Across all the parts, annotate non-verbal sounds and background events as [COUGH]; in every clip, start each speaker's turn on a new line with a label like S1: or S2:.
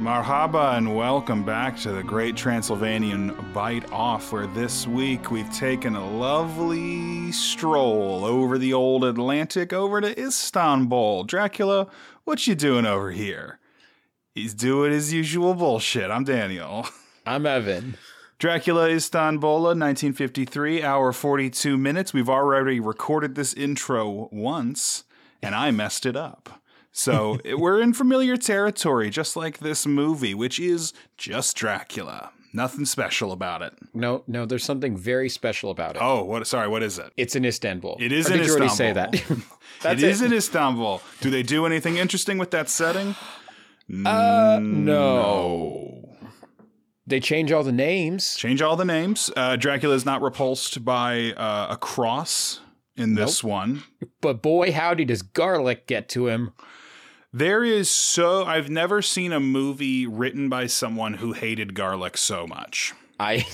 S1: Marhaba and welcome back to the Great Transylvanian Bite Off, where this week we've taken a lovely stroll over the old Atlantic over to Istanbul. Dracula, what you doing over here? He's doing his usual bullshit. I'm Daniel.
S2: I'm Evan.
S1: Dracula Istanbul, 1953, hour 42 minutes. We've already recorded this intro once, and I messed it up. So we're in familiar territory, just like this movie, which is just Dracula. Nothing special about it.
S2: No, no, there's something very special about it.
S1: Oh, what? Sorry, what is it?
S2: It's in Istanbul.
S1: It is
S2: Or
S1: in
S2: did you
S1: Istanbul.
S2: already say that? [LAUGHS] That's
S1: it is in Istanbul. Do they do anything interesting with that setting? Mm,
S2: Uh, no. They change all the names.
S1: Change all the names. Uh, Dracula is not repulsed by uh, a cross in this one.
S2: But boy, howdy does garlic get to him.
S1: There is so I've never seen a movie written by someone who hated garlic so much.
S2: I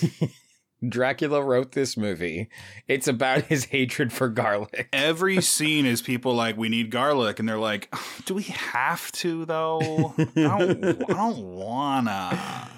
S2: [LAUGHS] Dracula wrote this movie. It's about his hatred for garlic. [LAUGHS]
S1: Every scene is people like, "We need garlic," and they're like, "Do we have to though? I don't, I don't wanna."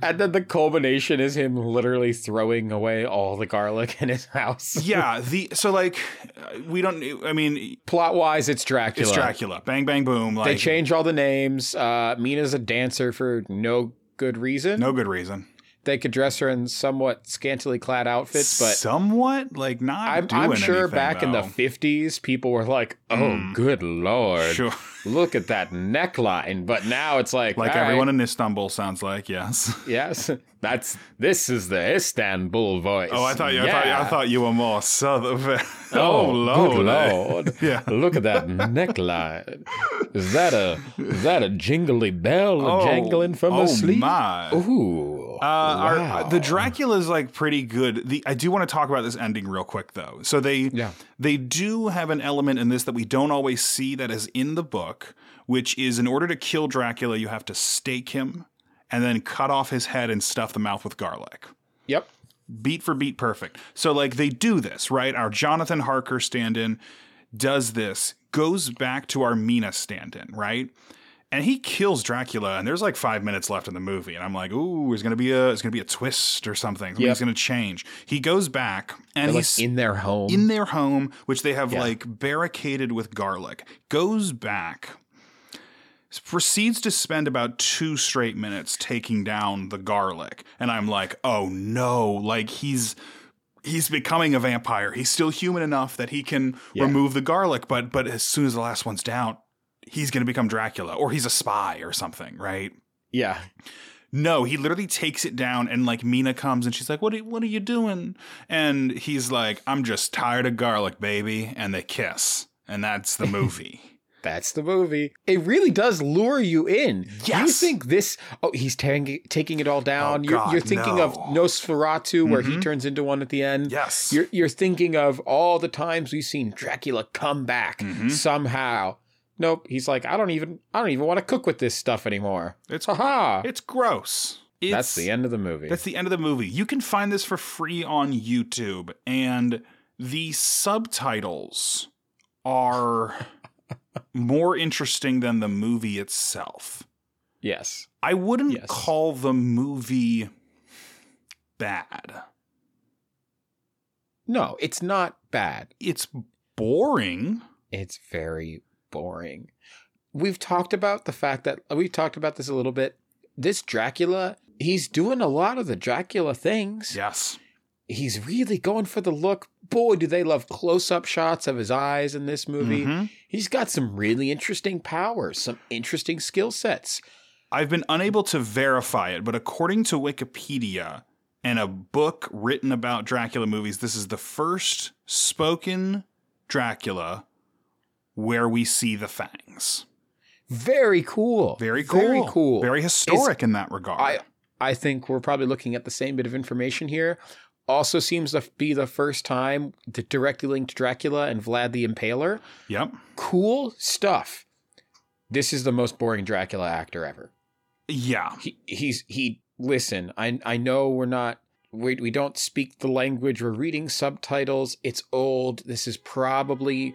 S2: And then the culmination is him literally throwing away all the garlic in his house.
S1: [LAUGHS] Yeah, the so like uh, we don't. I mean,
S2: Plot wise, it's Dracula.
S1: it's Dracula. Bang bang boom. Like
S2: They change all the names. Uh, Mina's a dancer for no good reason.
S1: no good reason.
S2: They could dress her in somewhat scantily clad outfits, but
S1: somewhat like not.
S2: I'm,
S1: doing
S2: I'm sure
S1: anything,
S2: back in the
S1: though. Hmm.
S2: 50s, people were like, oh, good lord.
S1: sure, [LAUGHS]
S2: Look at that neckline. But now it's like,
S1: like
S2: all right,
S1: everyone in Istanbul sounds like yes. [LAUGHS]
S2: Yes, [LAUGHS] that's this is the Istanbul voice.
S1: Oh, I thought you. I,
S2: Yeah.
S1: thought, I thought you were more southern. [LAUGHS]
S2: Oh,
S1: lordy. [LAUGHS]
S2: good lord!
S1: Yeah.
S2: look at that neckline. Is that a is that a jingly bell
S1: Oh,
S2: jangling from
S1: oh
S2: a sleeve?
S1: my.
S2: Ooh,
S1: Uh, our-
S2: wow.
S1: the Dracula is like pretty good. The I do want to talk about this ending real quick though. So they
S2: Yeah.
S1: they do have an element in this that we don't always see that is in the book, which is in order to kill Dracula, you have to stake him and then cut off his head and stuff the mouth with garlic.
S2: Yep.
S1: beat for beat perfect. So like they do this, right? Our Jonathan Harker stand-in does this, goes back to our Mina stand-in, right? And he kills Dracula, and there's like five minutes left in the movie, and I'm like, ooh, there's gonna be a there's gonna be a twist or something. Something's
S2: Yep.
S1: gonna change. He goes back and
S2: Like
S1: he's
S2: in their home.
S1: in their home, which they have like barricaded with garlic, goes back, s- proceeds to spend about two straight minutes taking down the garlic. And I'm like, oh no, like he's. He's becoming a vampire. He's still human enough that he can
S2: Yeah.
S1: remove the garlic, but but as soon as the last one's down, he's going to become Dracula or he's a spy or something, right?
S2: yeah.
S1: No, he literally takes it down, and like Mina comes and she's like, "What? Are, what are you doing?" And he's like, "I'm just tired of garlic, baby." And they kiss, and that's the
S2: [LAUGHS]
S1: movie.
S2: That's the movie. It really does lure you in. You
S1: Yes.
S2: think this? Oh, he's tang- taking it all down.
S1: Oh,
S2: you're,
S1: God,
S2: you're thinking of
S1: no. Mm-hmm.
S2: Nosferatu, where he turns into one at the end.
S1: yes,
S2: You're, you're thinking of all the times we've seen Dracula come back
S1: Mhm.
S2: somehow. Nope, he's like, I don't even, I don't even want to cook with this stuff anymore.
S1: it's
S2: Ha ha!
S1: it's gross. It's,
S2: That's the end of the movie.
S1: That's the end of the movie. You can find this for free on YouTube, and the subtitles
S2: [LAUGHS]
S1: are more interesting than the movie itself.
S2: Yes,
S1: I wouldn't
S2: Yes.
S1: call the movie bad.
S2: no, it's not bad.
S1: it's boring.
S2: It's very boring. We've talked about the fact that uh, we've talked about this a little bit. This Dracula, he's doing a lot of the Dracula things.
S1: Yes.
S2: He's really going for the look. Boy, do they love close up shots of his eyes in this movie.
S1: Mhm.
S2: He's got some really interesting powers, some interesting skill sets.
S1: I've been unable to verify it, but according to Wikipedia and a book written about Dracula movies, this is the first spoken Dracula where we see the fangs.
S2: Very cool.
S1: Very cool.
S2: Very cool.
S1: Very historic in that regard.
S2: I I think we're probably looking at the same bit of information here. Also seems to be the first time the directly linked Dracula and Vlad the Impaler.
S1: yep.
S2: Cool stuff. This is the most boring Dracula actor ever.
S1: Yeah.
S2: He he's he listen, I I know we're not we, we don't speak the language. We're reading subtitles. It's old. This is probably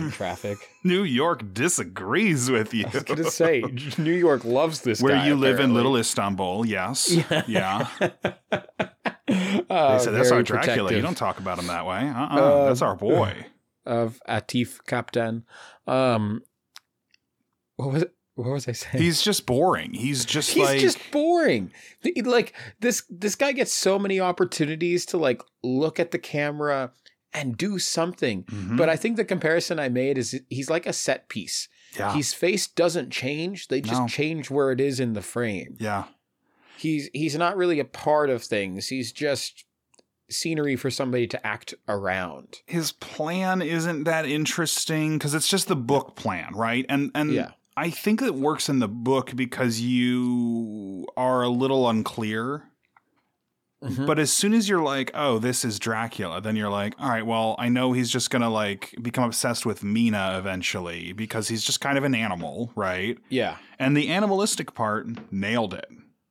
S1: [LAUGHS]
S2: me, traffic.
S1: New York disagrees with you.
S2: I was gonna say [LAUGHS] New York loves this.
S1: Where
S2: guy,
S1: you live in
S2: apparently.
S1: Little Istanbul, yes.
S2: [LAUGHS] Yeah.
S1: Yeah.
S2: Uh,
S1: they said that's our Dracula. You
S2: very protective
S1: don't talk about him that way. Uh-uh.
S2: Uh,
S1: that's our
S2: [LAUGHS]
S1: boy.
S2: of Atif Kaptan. Um, what was it? What was I saying?
S1: He's just boring. He's just
S2: He's
S1: like
S2: just boring. He- Like this this guy gets so many opportunities to like look at the camera and do something.
S1: Mhm.
S2: But I think the comparison I made is he's like a set piece.
S1: yeah.
S2: His face doesn't change; they just
S1: No.
S2: change where it is in the frame.
S1: yeah.
S2: He's he's not really a part of things. He's just scenery for somebody to act around.
S1: His plan isn't that interesting cuz it's just the book plan, right? And and
S2: yeah,
S1: I think it works in the book because you are a little unclear.
S2: Mm-hmm. Mhm.
S1: But as soon as you're like, "Oh, this is Dracula," then you're like, "All right, well, I know he's just going to like become obsessed with Mina eventually because he's just kind of an animal, right?"
S2: yeah,
S1: And the animalistic part nailed it.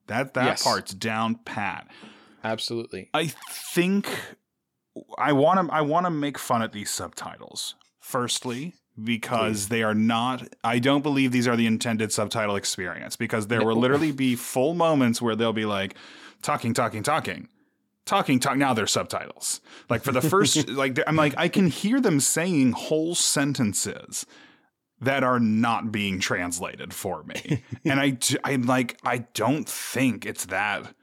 S1: That that
S2: Yes.
S1: part's down pat.
S2: absolutely.
S1: I think I want to I want to make fun at these subtitles. Firstly, because they are not I don't believe these are the intended subtitle experience because there
S2: No.
S1: will literally be full moments where they'll be like talking talking talking talking talk now they're subtitles. Like for the
S2: [LAUGHS]
S1: first like they're- I'm like I can hear them saying whole sentences that are not being translated for me. and I d- I'm like I don't think it's that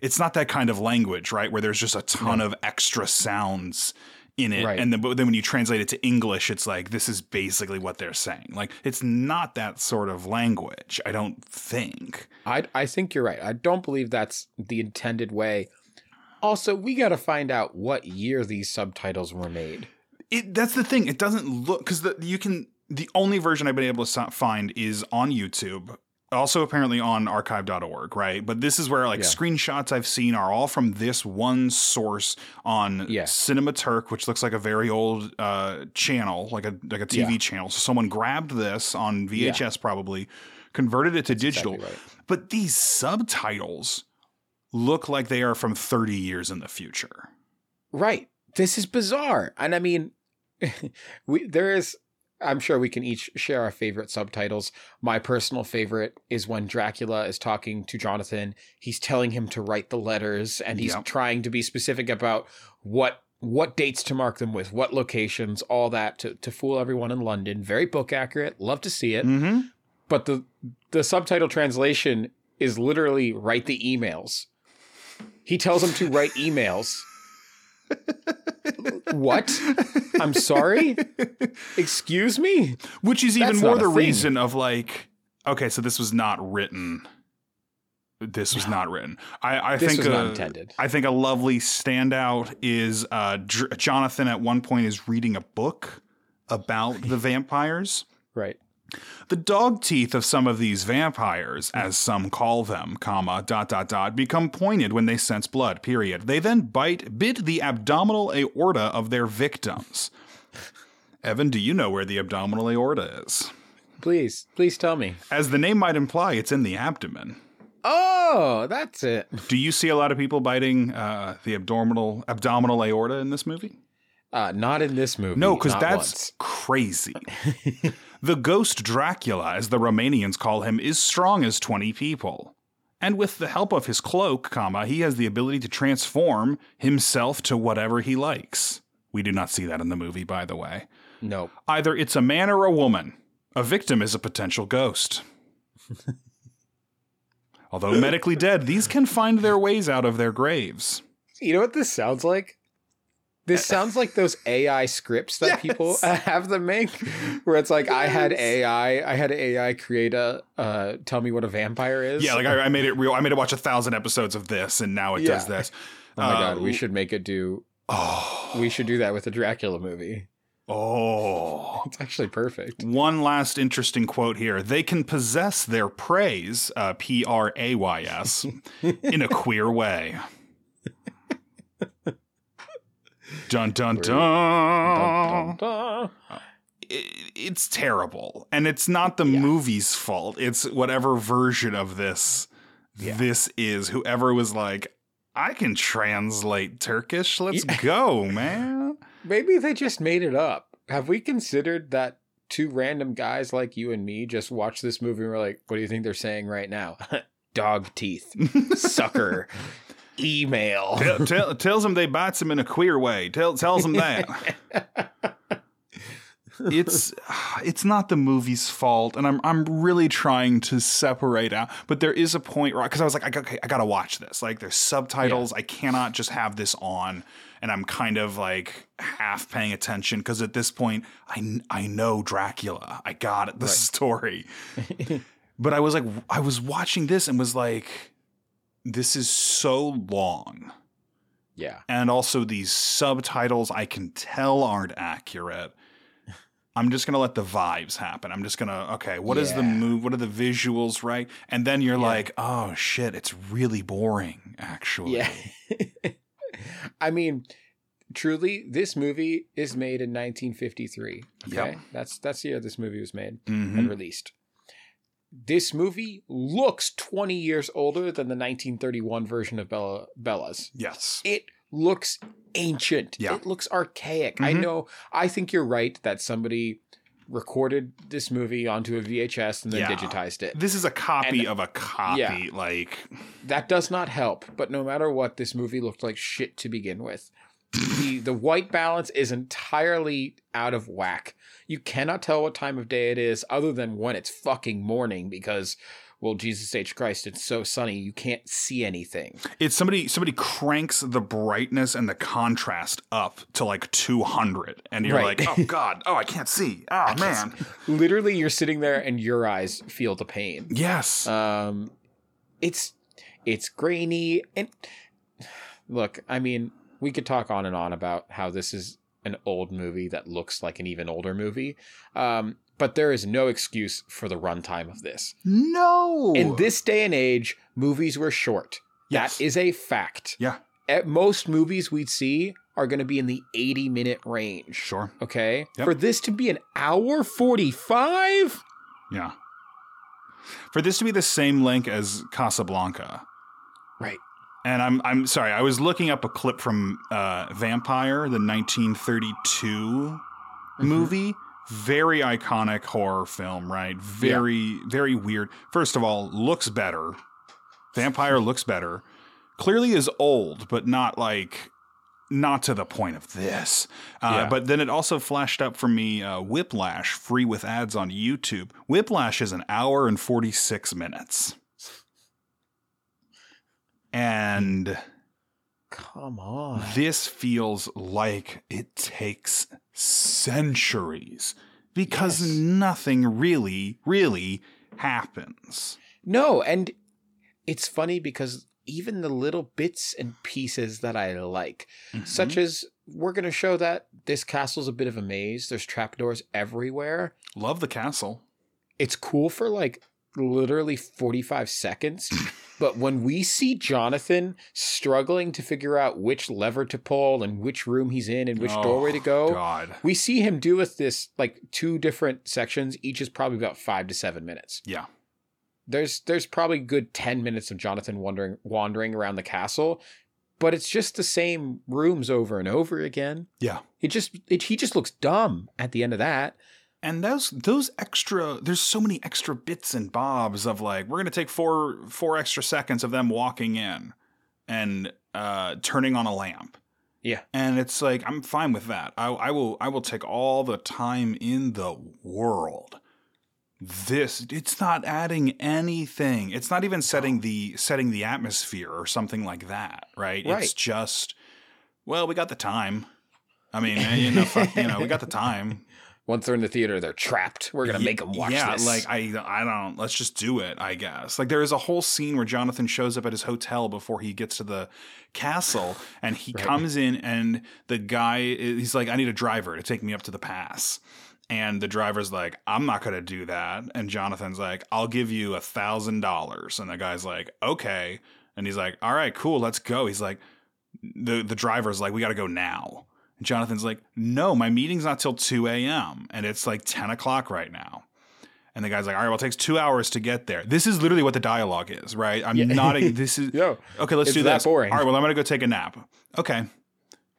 S1: it's not that kind of language, right? Where there's just a ton of extra sounds in it.
S2: Right.
S1: And then, but then when you translate it to English, it's like, this is basically what they're saying. Like, it's not that sort of language, I don't think.
S2: I I think you're right. I don't believe that's the intended way. Also, we got to find out what year these subtitles were made.
S1: It, that's the thing. It doesn't look, because you can, the only version I've been able to so- find is on YouTube. Also, apparently on archive.org, right? But this is where like
S2: Yeah.
S1: screenshots I've seen are all from this one source on
S2: Yeah.
S1: Cinematurk, which looks like a very old uh, channel, like a like a TV channel. So someone grabbed this on VHS probably, converted it to digital.
S2: Exactly right.
S1: But these subtitles look like they are from 30 years in the future.
S2: Right. This is bizarre. And I mean, [LAUGHS] we there is I'm sure we can each share our favorite subtitles. My personal favorite is when Dracula is talking to Jonathan. He's telling him to write the letters and he's
S1: Yep.
S2: trying to be specific about what what dates to mark them with, what locations, all that to, to fool everyone in London. Very book accurate. Love to see it.
S1: Mm-hmm.
S2: But the the subtitle translation is literally write the emails. He tells him to
S1: [LAUGHS]
S2: write emails. what? I'm sorry? Excuse me?
S1: Which is even
S2: That's
S1: more
S2: not a
S1: the
S2: thing.
S1: reason of like, okay, so this was not written. This was not written. I, I
S2: This
S1: think
S2: was not
S1: uh,
S2: intended.
S1: I think a lovely standout is uh, Dr- Jonathan at one point is reading a book about
S2: [LAUGHS]
S1: the vampires.
S2: Right.
S1: The dog teeth of some of these vampires,
S2: Hmm.
S1: as some call them, comma, dot, dot, dot, become pointed when they sense blood, period. They then bite, bit the abdominal aorta of their
S2: [LAUGHS]
S1: victims. Evan, do you know where the abdominal aorta is?
S2: Please, please tell me.
S1: As the name might imply, it's in the abdomen.
S2: Oh, that's it.
S1: Do you see a lot of people biting uh, the abdominal abdominal aorta in this movie?
S2: Uh, not in this movie.
S1: No, because
S2: not
S1: that's
S2: once. [LAUGHS]
S1: crazy. the ghost Dracula, as the Romanians call him, is strong as 20 people. And with the help of his cloak, comma, he has the ability to transform himself to whatever he likes. We do not see that in the movie, by the way.
S2: Nope.
S1: Either it's a man or a woman. A victim is a potential
S2: [LAUGHS]
S1: ghost. Although medically dead, these can find their ways out of their graves.
S2: You know what this sounds like? This sounds like those AI scripts that
S1: Uh,
S2: people
S1: [LAUGHS]
S2: [LAUGHS]
S1: Yes.
S2: have them make, where it's like I had
S1: Yes.
S2: AI, I had AI create a, uh, tell me what a vampire is.
S1: Yeah, like I, I made it real. I made it watch a thousand episodes of this, and now it does
S2: Yeah.
S1: this.
S2: oh my
S1: Uh,
S2: god, we should make it do.
S1: Oh,
S2: We should do that with a Dracula movie.
S1: Oh.
S2: It's actually perfect.
S1: One last interesting quote here. They can possess their praise, uh, P R A Y
S2: [LAUGHS]
S1: S, in a queer way. Dun dun dun.
S2: Dun, dun,
S1: I- It's terrible, and it's not the
S2: Yeah.
S1: movie's fault. It's whatever version of this
S2: Yeah.
S1: this is. Whoever was like, I can translate Turkish. Let's
S2: Yeah.
S1: go, man.
S2: Maybe they just made it up. Have we considered that two random guys like you and me just watch this movie and we're like, what do you think they're saying right now? [LAUGHS] Dog
S1: [LAUGHS]
S2: teeth, sucker, email.
S1: tell, tell, tells them they bites them in a queer way. Tell, tells them that it's it's not the movie's fault, and I'm I'm really trying to separate out. But there is a point where because I was like, I, got- okay, I gotta watch this. Like, there's subtitles. I cannot just have this on, and I'm kind of like half paying attention because at this point, I kn- I know Dracula. I got it, the
S2: Right.
S1: story.
S2: [LAUGHS]
S1: but I was like, I was watching this and was like, this is so long
S2: yeah.
S1: and also these subtitles I can tell aren't
S2: [LAUGHS]
S1: accurate. I'm just gonna let the vibes happen. I'm just gonna okay. What is the
S2: Yeah.
S1: move? What are the visuals? Right, and then you're
S2: Yeah.
S1: like, oh shit, it's really boring. Actually,
S2: Yeah. [LAUGHS] I mean, truly, this movie is made in 1953. Okay.
S1: Yep.
S2: That's that's the year this movie was made
S1: Mhm.
S2: and released. This movie looks 20 years older than the 1931 version of Bella Bella's.
S1: yes,
S2: It looks ancient.
S1: Yeah.
S2: It looks archaic. I
S1: Mhm.
S2: know I think you're right that somebody recorded this movie onto a VHS and then
S1: Yeah.
S2: digitized it.
S1: this is a copy
S2: And-
S1: of a copy.
S2: Yeah.
S1: Like,
S2: That does not help, but no matter what, this movie looked like shit to begin with. the the white balance is entirely out of whack. You cannot tell what time of day it is, other than when it's fucking morning, because well, Jesus H. Christ, it's so sunny you can't see anything.
S1: it's somebody somebody cranks the brightness and the contrast up to like 200, and you're
S2: Right. [LAUGHS]
S1: like, oh god, oh I can't see. Oh
S2: can't
S1: man,
S2: Literally, you're sitting there and your eyes feel the pain.
S1: yes,
S2: Um, it's it's grainy and look. I mean, we could talk on and on about how this is an old movie that looks like an even older movie. Um, but there is no excuse for the runtime of this.
S1: no.
S2: In this day and age, movies were short.
S1: yes.
S2: That is a fact.
S1: Yeah.
S2: At most movies we'd see are going to be in the 80 minute range.
S1: sure,
S2: Okay.
S1: Yep.
S2: For this to be an hour 45?
S1: Yeah. For this to be the same length as Casablanca,
S2: Right.
S1: and I'm I'm sorry, I was looking up a clip from uh, Vampire, the 1932 movie, very iconic horror film, right? Very very weird. First of all, looks better. Vampire looks better. Clearly is old, but not like not to the point of this. Uh,
S2: Yeah.
S1: But then it also flashed up for me uh, Whiplash, free with ads on YouTube. Whiplash is an hour and 46 minutes. And
S2: Come on.
S1: this feels like it takes centuries because
S2: Yes.
S1: nothing really, really happens.
S2: No, and it's funny because even the little bits and pieces that I like,
S1: Mm-hmm.
S2: such as we're going to show that this castle's a bit of a maze, there's trapdoors everywhere.
S1: Mm-hmm. Love the castle.
S2: It's cool for like literally 45 seconds. But when we see Jonathan struggling to figure out which lever to pull and which room he's in and which
S1: Oh,
S2: doorway to go,
S1: God.
S2: we see him do with this like two different sections. Each is probably about five to seven minutes.
S1: Yeah.
S2: There's there's probably good ten minutes of Jonathan wandering wandering around the castle, but it's just the same rooms over and over again.
S1: Yeah.
S2: It just it, he just looks dumb at the end of that.
S1: and those those extra there's so many extra bits and bobs of like we're gonna take four four extra seconds of them walking in and uh turning on a lamp
S2: Yeah.
S1: and it's like i'm fine with that i, I will i will take all the time in the world this it's not adding anything it's not even setting the setting the atmosphere or something like that right, it's
S2: Right.
S1: just well we got the time i mean you know, fuck, you know we got the time
S2: Once they're in the theater, they're trapped. We're gonna
S1: Ye-
S2: make them watch
S1: yeah,
S2: this.
S1: like I, I don't. Let's just do it. I guess. Like there is a whole scene where Jonathan shows up at his hotel before he gets to the castle, and he
S2: Right.
S1: comes in, and the guy, i- he's like, "I need a driver to take me up to the pass." And the driver's like, I'm not gonna do that. And Jonathan's like, I'll give you a thousand dollars. And the guy's like, okay. And he's like, all right, cool, let's go. He's like, the the driver's like, we gotta go now. And Jonathan's like, no, my meeting's not till 2 a.m. And it's like 10 o'clock right now. And the guy's like, all right, well, it takes two hours to get there. This is literally what the dialogue is, right? I'm
S2: Yeah. [LAUGHS]
S1: not, this is,
S2: yo,
S1: okay, let's
S2: It's
S1: do
S2: that
S1: this.
S2: boring.
S1: All right, well, I'm gonna go take a nap. Okay.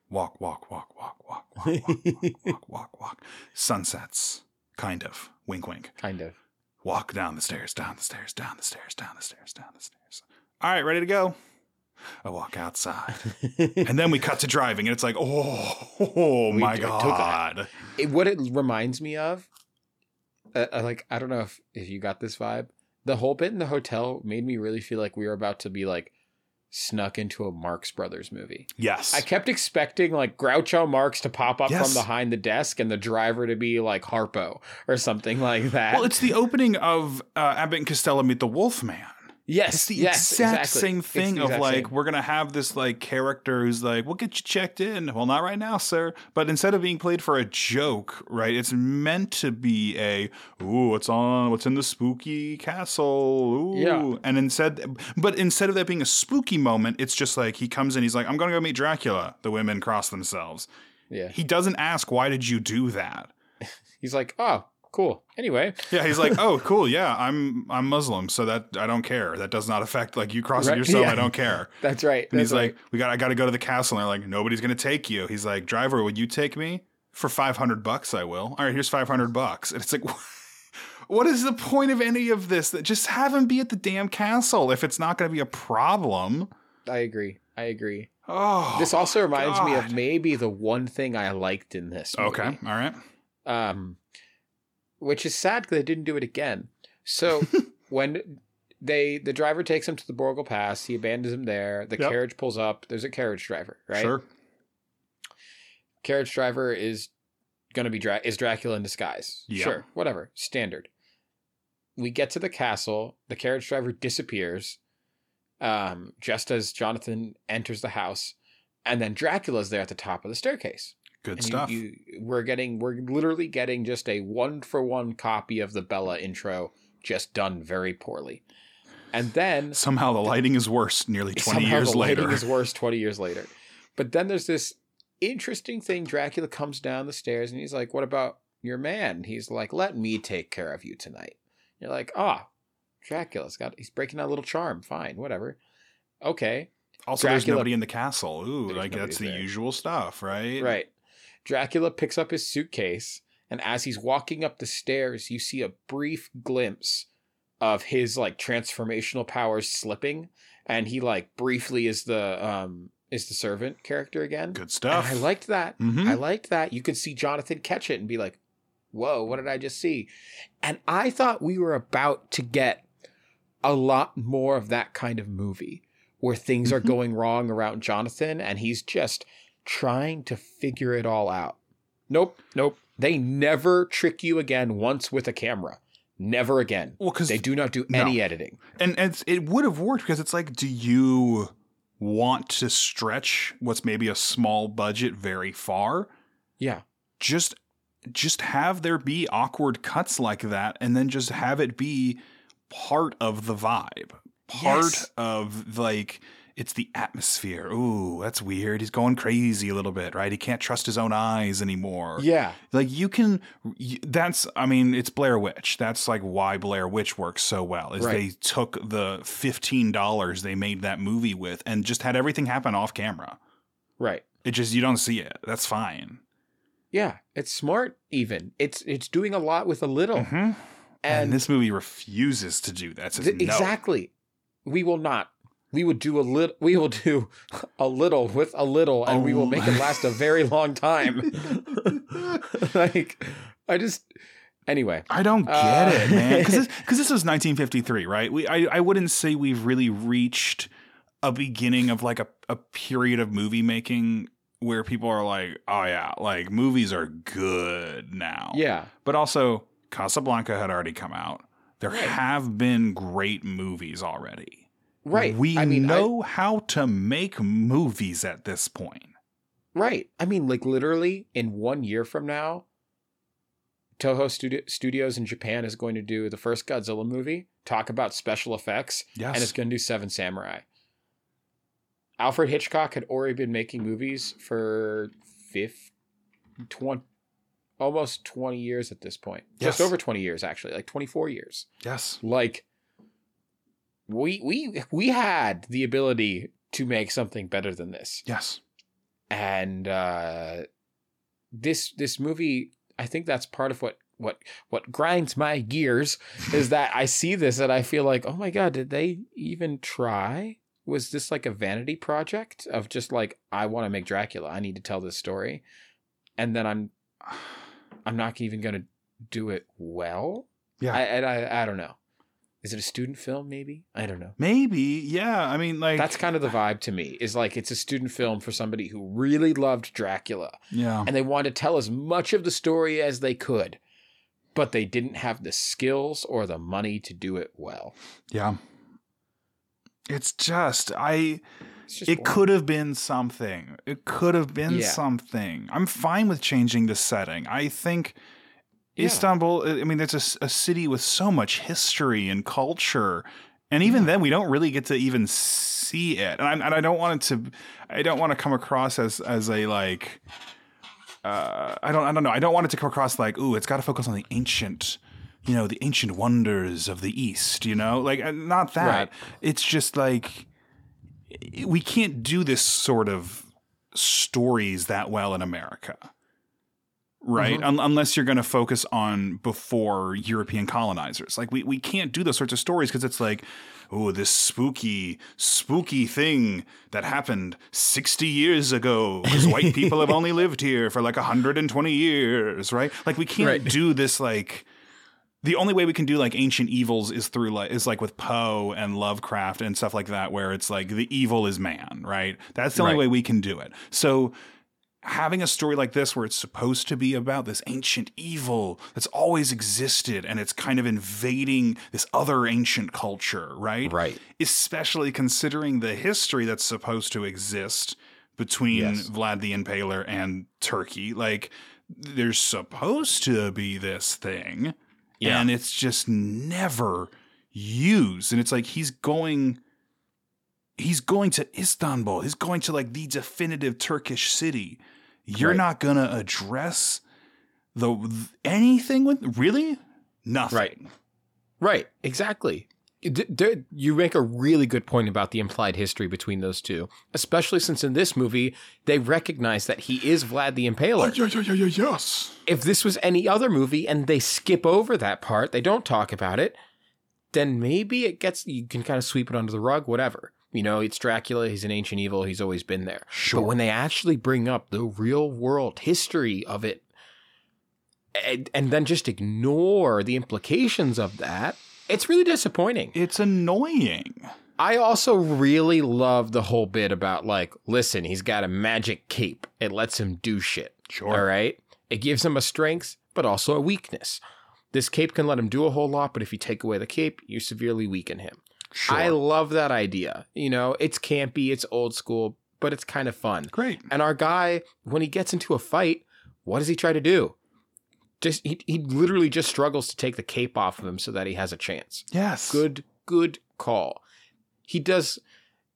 S1: walk, walk, walk, walk, walk, walk, walk, walk, walk. Sunsets, kind of. Wink, wink.
S2: [LAUGHS] kind of.
S1: Walk down the stairs, down the stairs, down the stairs, down the stairs, down the stairs. All right, ready to go. I walk outside,
S2: [LAUGHS]
S1: [LAUGHS] and then we cut to driving, and it's like, oh, oh
S2: We
S1: my
S2: d- took that.
S1: god!
S2: It- what it reminds me of, uh, uh, like I don't know if if you got this vibe. The whole bit in the hotel made me really feel like we were about to be like snuck into a Marx Brothers movie.
S1: Yes,
S2: I kept expecting like Groucho Marx to pop up
S1: Yes.
S2: from behind the desk and the driver to be like Harpo or something like that.
S1: well, it's the opening of uh, Abbott and Costello meet the Wolfman.
S2: yes,
S1: It's the
S2: yes,
S1: exact
S2: exactly.
S1: same
S2: It's the
S1: thing of
S2: exact
S1: like
S2: same.
S1: we're gonna have this like character who's like, we'll get you checked in. Well, not right now, sir. But instead of being played for a joke, right? It's meant to be a ooh, what's on? What's in the spooky castle? Ooh,
S2: Yeah.
S1: and instead, but instead of that being a spooky moment, it's just like he comes in, he's like, I'm gonna go meet Dracula. The women cross themselves.
S2: yeah.
S1: He doesn't ask, why did you do that?
S2: He's like, oh, cool. Anyway,
S1: Yeah, he's like, oh, cool, yeah, I'm I'm Muslim, so that I don't care. That does not affect like you crossing
S2: Right,
S1: yourself.
S2: yeah.
S1: I don't care.
S2: that's right.
S1: And
S2: that's
S1: he's
S2: right.
S1: like, "We got, I got to go to the castle." And they're like, "Nobody's gonna take you." He's like, "Driver, would you take me for five hundred bucks? I will. All right, here's five hundred bucks." And it's like, [LAUGHS] what is the point of any of this? That just have him be at the damn castle if it's not gonna be a problem.
S2: I agree. I agree.
S1: Oh,
S2: this also reminds me of
S1: God.
S2: maybe the one thing I liked in this. Movie.
S1: Okay, all right.
S2: Um,
S1: Hmm.
S2: which is sad because they didn't do it again.
S1: [LAUGHS]
S2: So when they the driver takes him to the Borgle Pass, he abandons him there. The
S1: Yep.
S2: carriage pulls up. There's a carriage driver, right?
S1: Sure.
S2: Carriage driver is gonna be Dra- is Dracula in disguise.
S1: Yeah.
S2: Sure, whatever, standard. We get to the castle. The carriage driver disappears, um, just as Jonathan enters the house, and then Dracula's there at the top of the staircase.
S1: Good
S2: And you-
S1: stuff.
S2: You, we're getting, we're literally getting just a one for one copy of the Bella intro, just done very poorly. And then
S1: Somehow the lighting is worse. Nearly twenty
S2: somehow
S1: years
S2: the
S1: later.
S2: lighting is worse. Twenty years later, but then there's this interesting thing. Dracula comes down the stairs and he's like, "What about your man?" He's like, "Let me take care of you tonight." You're like, "Ah, Dracula's got he's breaking out a little charm. Fine, whatever." Okay,
S1: [LAUGHS] also, there's
S2: Dracula-
S1: nobody in the castle. Ooh,
S2: There's
S1: like that's
S2: nobody's
S1: the
S2: there.
S1: usual stuff, right?
S2: Right. Dracula picks up his suitcase, and as he's walking up the stairs, you see a brief glimpse of his like transformational powers slipping, and he like briefly is the um is the servant character again.
S1: Good
S2: And
S1: stuff.
S2: I liked that.
S1: Mhm.
S2: I liked that. You could see Jonathan catch it and be like, "Whoa, what did I just see?" And I thought we were about to get a lot more of that kind of movie where things are
S1: Mhm.
S2: going wrong around Jonathan and he's just trying to figure it all out. Nope, nope. They never trick you again once with a camera. Never again.
S1: Well, because
S2: They do not do
S1: No.
S2: any editing.
S1: and it's, it would have worked because it's like do you want to stretch what's maybe a small budget very far
S2: Yeah.
S1: just just have there be awkward cuts like that and then just have it be part of the vibe part
S2: Yes.
S1: of like it's the atmosphere ooh that's weird he's going crazy a little bit right he can't trust his own eyes anymore
S2: Yeah.
S1: like you can y- that's i mean it's blair witch that's like why blair witch works so well is
S2: Right.
S1: they took the $15 they made that movie with and just had everything happen off camera
S2: Right.
S1: it just you don't see it that's fine
S2: Yeah. It's smart even. It's it's doing a lot with a little.
S1: Mhm. and, this movie refuses to do that It says
S2: Th-
S1: no.
S2: Exactly. We will not. We will do a little. We will do a little with a little, and we will
S1: Oh.
S2: make it last a very
S1: [LAUGHS]
S2: long time. like, I just. Anyway,
S1: I don't get
S2: Uh,
S1: it, man.
S2: [LAUGHS]
S1: Because because this was 1953, right? We I, I wouldn't say we've really reached a beginning of like a, a period of movie making where people are like, oh yeah, like movies are good now.
S2: yeah,
S1: But also, Casablanca had already come out. There
S2: Right.
S1: have been great movies already.
S2: right.
S1: We
S2: I mean, I-
S1: know how to make movies at this point.
S2: right. I mean, like literally in one year from now, Toho Studio- Studios in Japan is going to do the first Godzilla movie. Talk about special effects.
S1: Yes.
S2: and it's going to do Seven Samurai. Alfred Hitchcock had already been making movies for fifth, twenty, almost twenty years at this point. Just
S1: Yes.
S2: over twenty years, actually, like twenty four years.
S1: yes.
S2: Like we we we had the ability to make something better than this,
S1: Yes. [SIGHS]
S2: and uh, this this movie, I think that's part of what what what grinds my gears
S1: [LAUGHS]
S2: is that I see this and I feel like, oh my god, did they even try? Was this like a vanity project of just like I want to make Dracula, I need to tell this story, and then I'm I'm not even going to do it well.
S1: Yeah.
S2: I, and I I don't know. Is it a student film? Maybe I don't know.
S1: Maybe, yeah. I mean, like
S2: That's kind of the vibe to me. Is like it's a student film for somebody who really loved Dracula
S1: yeah,
S2: and they wanted to tell as much of the story as they could, but they didn't have the skills or the money to do it well.
S1: yeah. It's just I.
S2: It's just
S1: It
S2: boring.
S1: could have been something. It could have been
S2: Yeah.
S1: something. I'm fine with changing the setting. I think
S2: Yeah.
S1: Istanbul. I I mean, it's a s- a, city with so much history and culture, and even then, we don't really get to even see it. And, I'm, and I don't want it to. I don't want to come across as as a like. Uh, I don't. I don't know. I don't want it to come across like, ooh, it's got to focus on the ancient. You know, the ancient wonders of the East. You know, like uh, not that.
S2: Right.
S1: It's just like we can't do this sort of stories that well in America right? Un- unless you're going to focus on before European colonizers. Like we we can't do those sorts of stories because it's like, oh, this spooky spooky thing that happened 60 years ago because white people have only lived here for like 120 years, right? Like we can't
S2: Right.
S1: do this like the only way we can do like ancient evils is through like is like with Poe and Lovecraft and stuff like that, where it's like the evil is man, right? That's the only
S2: Right.
S1: way we can do it. So having a story like this where it's supposed to be about this ancient evil that's always existed and it's kind of invading this other ancient culture, right?
S2: right.
S1: Especially considering the history that's supposed to exist between
S2: Yes.
S1: Vlad the Impaler and Turkey. Like there's supposed to be this thing
S2: Yeah.
S1: and it's just never used and it's like he's going he's going to istanbul he's going to like the definitive turkish city you're
S2: Right.
S1: not going to address the th- anything with really nothing
S2: Right. Right, exactly. D- d- You make a really good point about the implied history between those two, especially since in this movie they recognize that he is Vlad the
S1: oh,
S2: Impaler.
S1: yeah, yeah, yeah, yeah, yes
S2: If this was any other movie and they skip over that part, they don't talk about it, then maybe it gets you can kind of sweep it under the rug, whatever. You know, it's Dracula, he's an ancient evil, he's always been there.
S1: sure
S2: But when they actually bring up the real world history of it and, and then just ignore the implications of that, it's really disappointing.
S1: it's annoying
S2: I also really love the whole bit about, like, listen, he's got a magic cape. It lets him do shit.
S1: sure
S2: All right. It gives him a strength, but also a weakness. This cape can let him do a whole lot, but if you take away the cape, you severely weaken him.
S1: sure
S2: I love that idea. You know, it's campy, it's old school, but it's kind of fun.
S1: great
S2: And our guy, when he gets into a fight, what does he try to do? Just he, he literally just struggles to take the cape off of him so that he has a chance.
S1: yes
S2: Good, good call. He does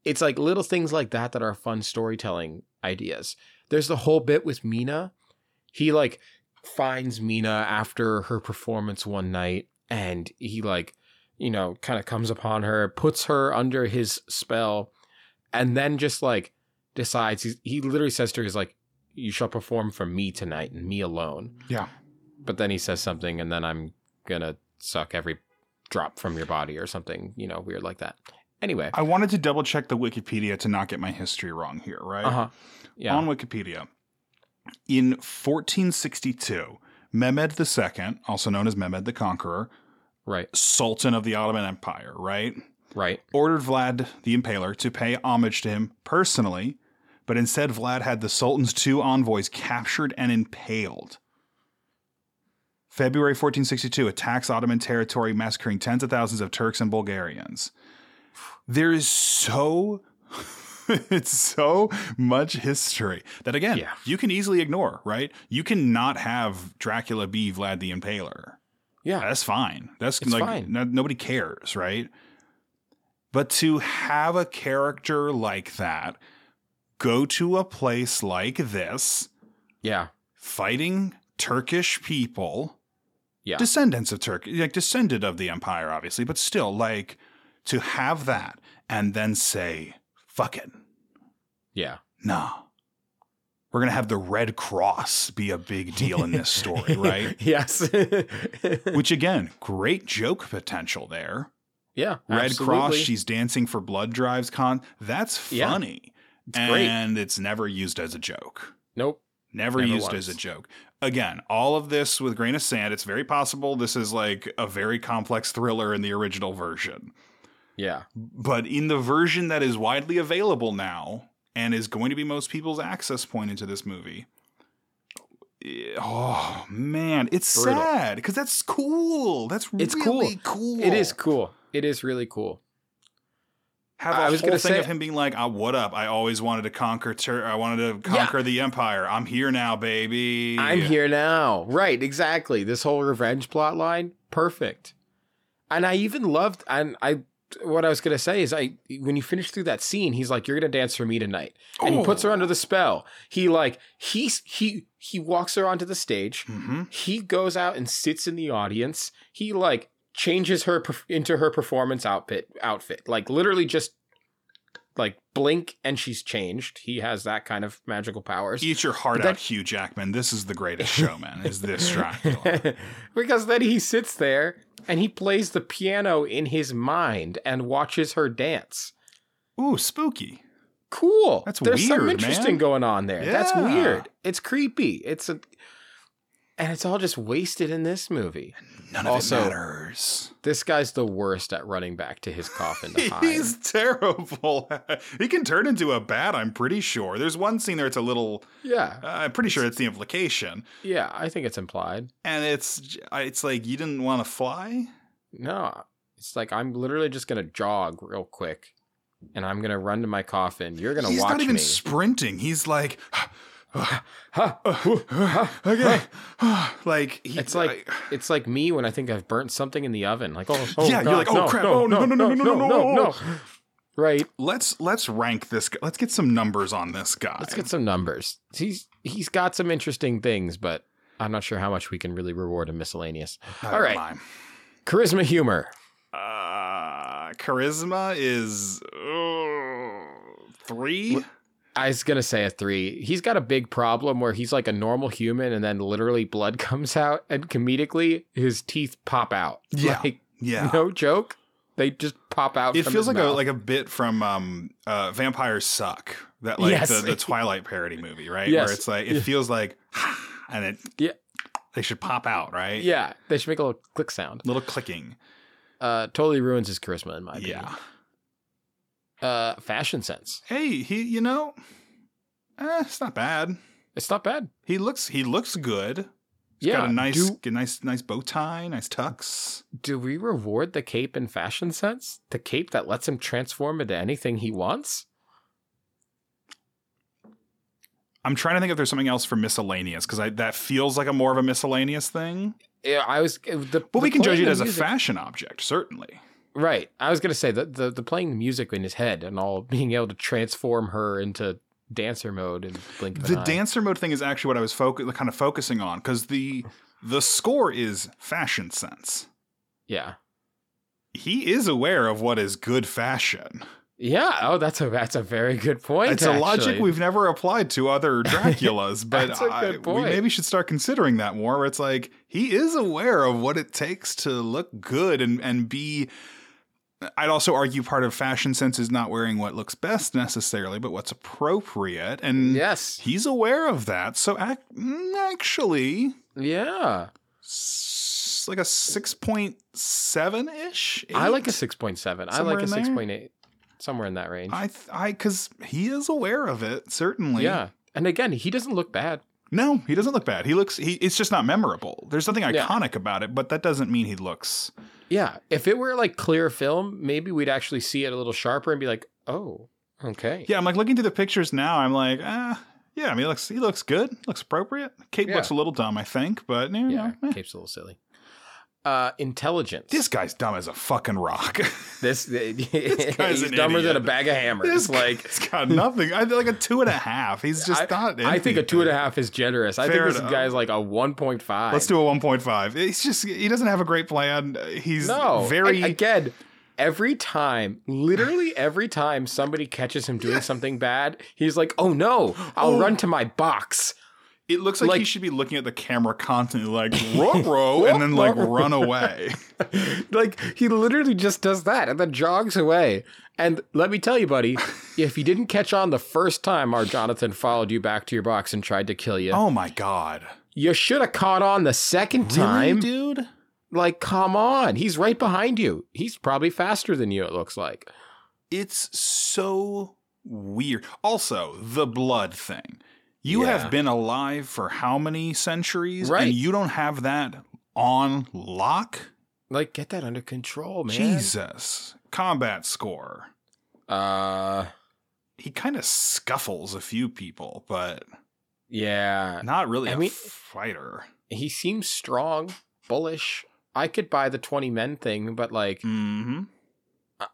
S2: it's like little things like that that are fun storytelling ideas. There's the whole bit with Mina. He like finds Mina after her performance one night and he like, you know, kind of comes upon her, puts her under his spell, and then just like decides he's, he literally says to her, he's like, You shall perform for me tonight and me alone.
S1: Yeah.
S2: But then he says something, and then I'm gonna suck every drop from your body or something, you know, weird like that. Anyway.
S1: i wanted to double check the wikipedia to not get my history wrong here right
S2: Uh huh. Yeah.
S1: on Wikipedia. In 1462, Mehmed II, also known as Mehmed the Conqueror,
S2: right.
S1: Sultan of the Ottoman Empire, right,
S2: Right.
S1: ordered Vlad the Impaler to pay homage to him personally, but instead Vlad had the Sultan's two envoys captured and impaled. February 1462 attacks Ottoman territory, massacring tens of thousands of Turks and Bulgarians. There is so. [LAUGHS] it's so much history that again
S2: Yeah.
S1: you can easily ignore right you can not have dracula be vlad the impaler
S2: Yeah.
S1: that's fine. That's
S2: It's
S1: like
S2: fine.
S1: no- nobody cares, right? But to have a character like that go to a place like this,
S2: Yeah.
S1: fighting Turkish people,
S2: Yeah.
S1: descendants of Turkey, like descended of the empire, obviously, but still, like to have that and then say, "Fuck it,
S2: Yeah.
S1: nah, we're going to have the Red Cross be a big deal in this
S2: [LAUGHS]
S1: story, [LAUGHS] right? [LAUGHS]
S2: yes.
S1: Which again, great joke potential there.
S2: yeah.
S1: Red Cross,
S2: absolutely.
S1: she's dancing for blood drives con. That's
S2: Yeah.
S1: funny.
S2: great.
S1: and it's never used as a joke.
S2: Nope.
S1: Never,
S2: Never
S1: used
S2: was.
S1: as a joke. Again, all of this with grain of sand. It's very possible this is like a very complex thriller in the original version.
S2: Yeah.
S1: But in the version that is widely available now and is going to be most people's access point into this movie. eh, Oh man, it's
S2: Brutal.
S1: sad because that's cool. That's
S2: It's
S1: really cool.
S2: It is cool. It is really cool.
S1: Have a
S2: I was
S1: whole
S2: gonna
S1: thing
S2: say-
S1: of him being like, "Ah, what up? I always wanted to conquer. Tur- I wanted to
S2: Yeah.
S1: conquer the empire. I'm here now, baby.
S2: I'm here now. Right, exactly. This whole revenge plot line, perfect. And I even loved and I what I was gonna say is I when you finish through that scene, he's like, You're gonna dance for me tonight. And he puts her under the spell. He like he's he he walks her onto the stage.
S1: Mm-hmm.
S2: He goes out and sits in the audience. He like changes her perf- into her performance outfit outfit. Like literally just like blink and she's changed. He has that kind of magical powers.
S1: Eat your heart
S2: But that-
S1: out, Hugh Jackman. This is the greatest showman. Is
S2: [LAUGHS]
S1: this Dracula?
S2: because then he sits there and he plays the piano in his mind and watches her dance.
S1: Ooh, spooky.
S2: Cool.
S1: That's
S2: There's
S1: weird,
S2: something interesting
S1: man.
S2: going on there. That's
S1: Yeah.
S2: weird. It's creepy. It's a and it's all just wasted in this movie.
S1: None
S2: Also-
S1: of it matters.
S2: This guy's the worst at running back to his coffin
S1: [LAUGHS]
S2: to hide.
S1: He's terrible. [LAUGHS] he can turn into a bat. I'm pretty sure. There's one scene there. It's a little.
S2: yeah,
S1: Uh, I'm pretty sure it's the implication,
S2: yeah. I think it's implied.
S1: and it's j- uh, it's like you didn't want to fly.
S2: No, it's like I'm literally just gonna jog real quick, and I'm gonna run to my coffin. You're gonna
S1: He's
S2: watch
S1: not even
S2: me.
S1: sprinting. He's like.
S2: Huh.
S1: uh, [LAUGHS] okay. [SIGHS] like he,
S2: It's like it's like me when I think I've burnt something in the oven. Like oh, oh
S1: Yeah, you're
S2: God,
S1: like, oh,
S2: no,
S1: crap.
S2: no
S1: Oh,
S2: no no no no no no no,
S1: no.
S2: right.
S1: let's let's rank this. guy. Let's get some numbers on this guy.
S2: Let's get some numbers. He's he's got some interesting things, but I'm not sure how much we can really reward a miscellaneous
S1: I
S2: all
S1: don't
S2: right.
S1: mind.
S2: charisma humor.
S1: Uh, charisma is uh, three.
S2: I was gonna say a three. He's got a big problem where he's like a normal human, and then literally blood [LAUGHS] comes out, and comedically his teeth pop out.
S1: Yeah.
S2: like,
S1: Yeah.
S2: no joke. They just pop out.
S1: It
S2: from
S1: feels
S2: his
S1: like a
S2: mouth.
S1: like a bit from um uh Vampires Suck that like
S2: Yes.
S1: the,
S2: [LAUGHS]
S1: the Twilight parody movie, right?
S2: Yes.
S1: Where it's like it
S2: Yeah.
S1: feels like [SIGHS] and it
S2: Yeah.
S1: they should pop out, right?
S2: yeah. They should make a little click sound.
S1: Little clicking.
S2: Uh, totally ruins his charisma in my opinion.
S1: yeah.
S2: uh fashion sense.
S1: Hey, he you know, eh, it's not bad.
S2: It's not bad.
S1: He looks he looks good.
S2: yeah.
S1: Got a nice,
S2: Do,
S1: g- nice, nice bow tie, nice tux.
S2: do we reward the cape in fashion sense? The cape that lets him transform into anything he wants?
S1: I'm trying to think if there's something else for miscellaneous because that feels like a more of a miscellaneous thing.
S2: Yeah, I was the
S1: But
S2: the
S1: we can judge
S2: playing
S1: it
S2: the
S1: as
S2: music-
S1: a fashion object, certainly.
S2: Right. I was gonna say that the, the playing the music in his head and all being able to transform her into dancer mode and blink of
S1: The
S2: an eye.
S1: dancer mode thing is actually what I was focu- kind of focusing on because the the score is fashion sense.
S2: Yeah.
S1: He is aware of what is good fashion.
S2: Yeah. Oh, that's a that's a very good point.
S1: it's a logic
S2: actually.
S1: we've never applied to
S2: [LAUGHS]
S1: other Draculas, but
S2: That's a
S1: I-
S2: good
S1: we
S2: point.
S1: maybe should start considering that more. Where it's like he is aware of what it takes to look good and and be. I'd also argue part of fashion sense is not wearing what looks best necessarily, but what's appropriate, and
S2: Yes.
S1: he's aware of that. So ac- mm, actually,
S2: Yeah.
S1: s- like a six point seven ish.
S2: I like a six point seven. I
S1: Somewhere
S2: like a
S1: in there?
S2: six point eight. Somewhere in that range.
S1: I th- I because he is aware of it certainly.
S2: Yeah. And again, he doesn't look bad.
S1: No, he doesn't look bad. He looks he it's just not memorable. There's nothing
S2: Yeah.
S1: iconic about it, but that doesn't mean he looks
S2: Yeah. If it were like clear film, maybe we'd actually see it a little sharper and be like, oh, okay.
S1: Yeah, I'm like looking through the pictures now, I'm like, ah, yeah, I mean he looks he looks good, looks appropriate. Kate
S2: Yeah.
S1: looks a little dumb, I think, but you
S2: Yeah.
S1: know, eh.
S2: Cape's a little silly. Uh, intelligence.
S1: This guy's dumb as a fucking rock. [LAUGHS]
S2: this, [LAUGHS] this
S1: guy's
S2: he's
S1: an
S2: dumber
S1: idiot.
S2: than a bag of hammers.
S1: this
S2: like
S1: it's got nothing. I like a two and a half. He's just
S2: [LAUGHS] I-
S1: not.
S2: I think a
S1: anything.
S2: two and a half is generous. I
S1: Fair
S2: think this
S1: enough.
S2: guy's like a one point five.
S1: Let's do a 1.5. He's just he doesn't have a great plan. He's
S2: no
S1: very
S2: and again. every time, literally every time somebody catches him doing something bad, he's like, "Oh no, I'll
S1: Oh.
S2: run to my box."
S1: It looks like, he
S2: Like-
S1: should be looking at the camera constantly, like
S2: [LAUGHS]
S1: row row, and then like
S2: Ruh-roh.
S1: run
S2: [LAUGHS]
S1: away.
S2: like he literally just does that and then jogs away. And let me tell
S1: [LAUGHS]
S2: you, buddy, if you didn't catch on the first time our Jonathan followed you back to your box and tried to kill you,
S1: Oh my god!
S2: you should have caught on the second time.
S1: dude.
S2: Like, come on, he's right behind you. He's probably faster than you. It looks like.
S1: It's so weird. Also, the blood thing. You
S2: Yeah.
S1: have been alive for how many centuries,
S2: Right.
S1: and you don't have that on lock.
S2: Like, get that under control, Oh, man.
S1: Jesus! Combat score.
S2: Uh,
S1: He kind of scuffles a few people, but
S2: yeah.
S1: not really
S2: I
S1: a
S2: mean-
S1: fighter.
S2: He seems strong, bullish. I could buy the twenty men thing, but like,
S1: hmm
S2: uh,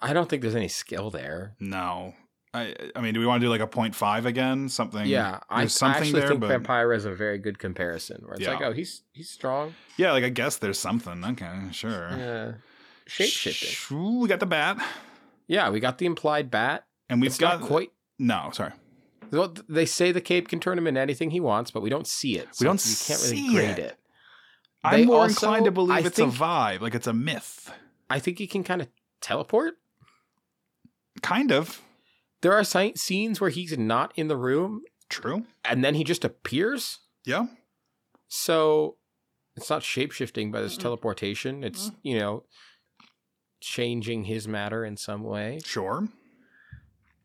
S2: I don't think there's any skill there.
S1: No. I, I mean, do we want to do like a point five again? Something.
S2: Yeah, I,
S1: there's something
S2: I actually
S1: there,
S2: think
S1: but-
S2: Vampire is a very good comparison. Where it's like,
S1: Yeah.
S2: oh, he's he's strong. uh,
S1: Yeah, like I guess there's something. Okay, sure.
S2: Yeah, shape shifting.
S1: Sh- ooh, we got the bat,
S2: Yeah, we got the implied bat.
S1: and we've
S2: It's
S1: got
S2: not quite.
S1: no. Sorry,
S2: Well, th- they say the cape can turn him into anything he wants, but we don't see it. so
S1: don't
S2: you can't really
S1: see
S2: grade
S1: it.
S2: it. They
S1: I'm more
S2: also-
S1: inclined to believe
S2: I
S1: it's
S2: think-
S1: a vibe, like it's a myth,
S2: I think he can kind of teleport.
S1: kind of
S2: There are sci- scenes where he's not in the room
S1: true.
S2: and then he just appears.
S1: Yeah,
S2: So it's not shape shifting, but it's
S1: Mm-mm.
S2: teleportation. It's, you know, changing his matter in some way.
S1: sure.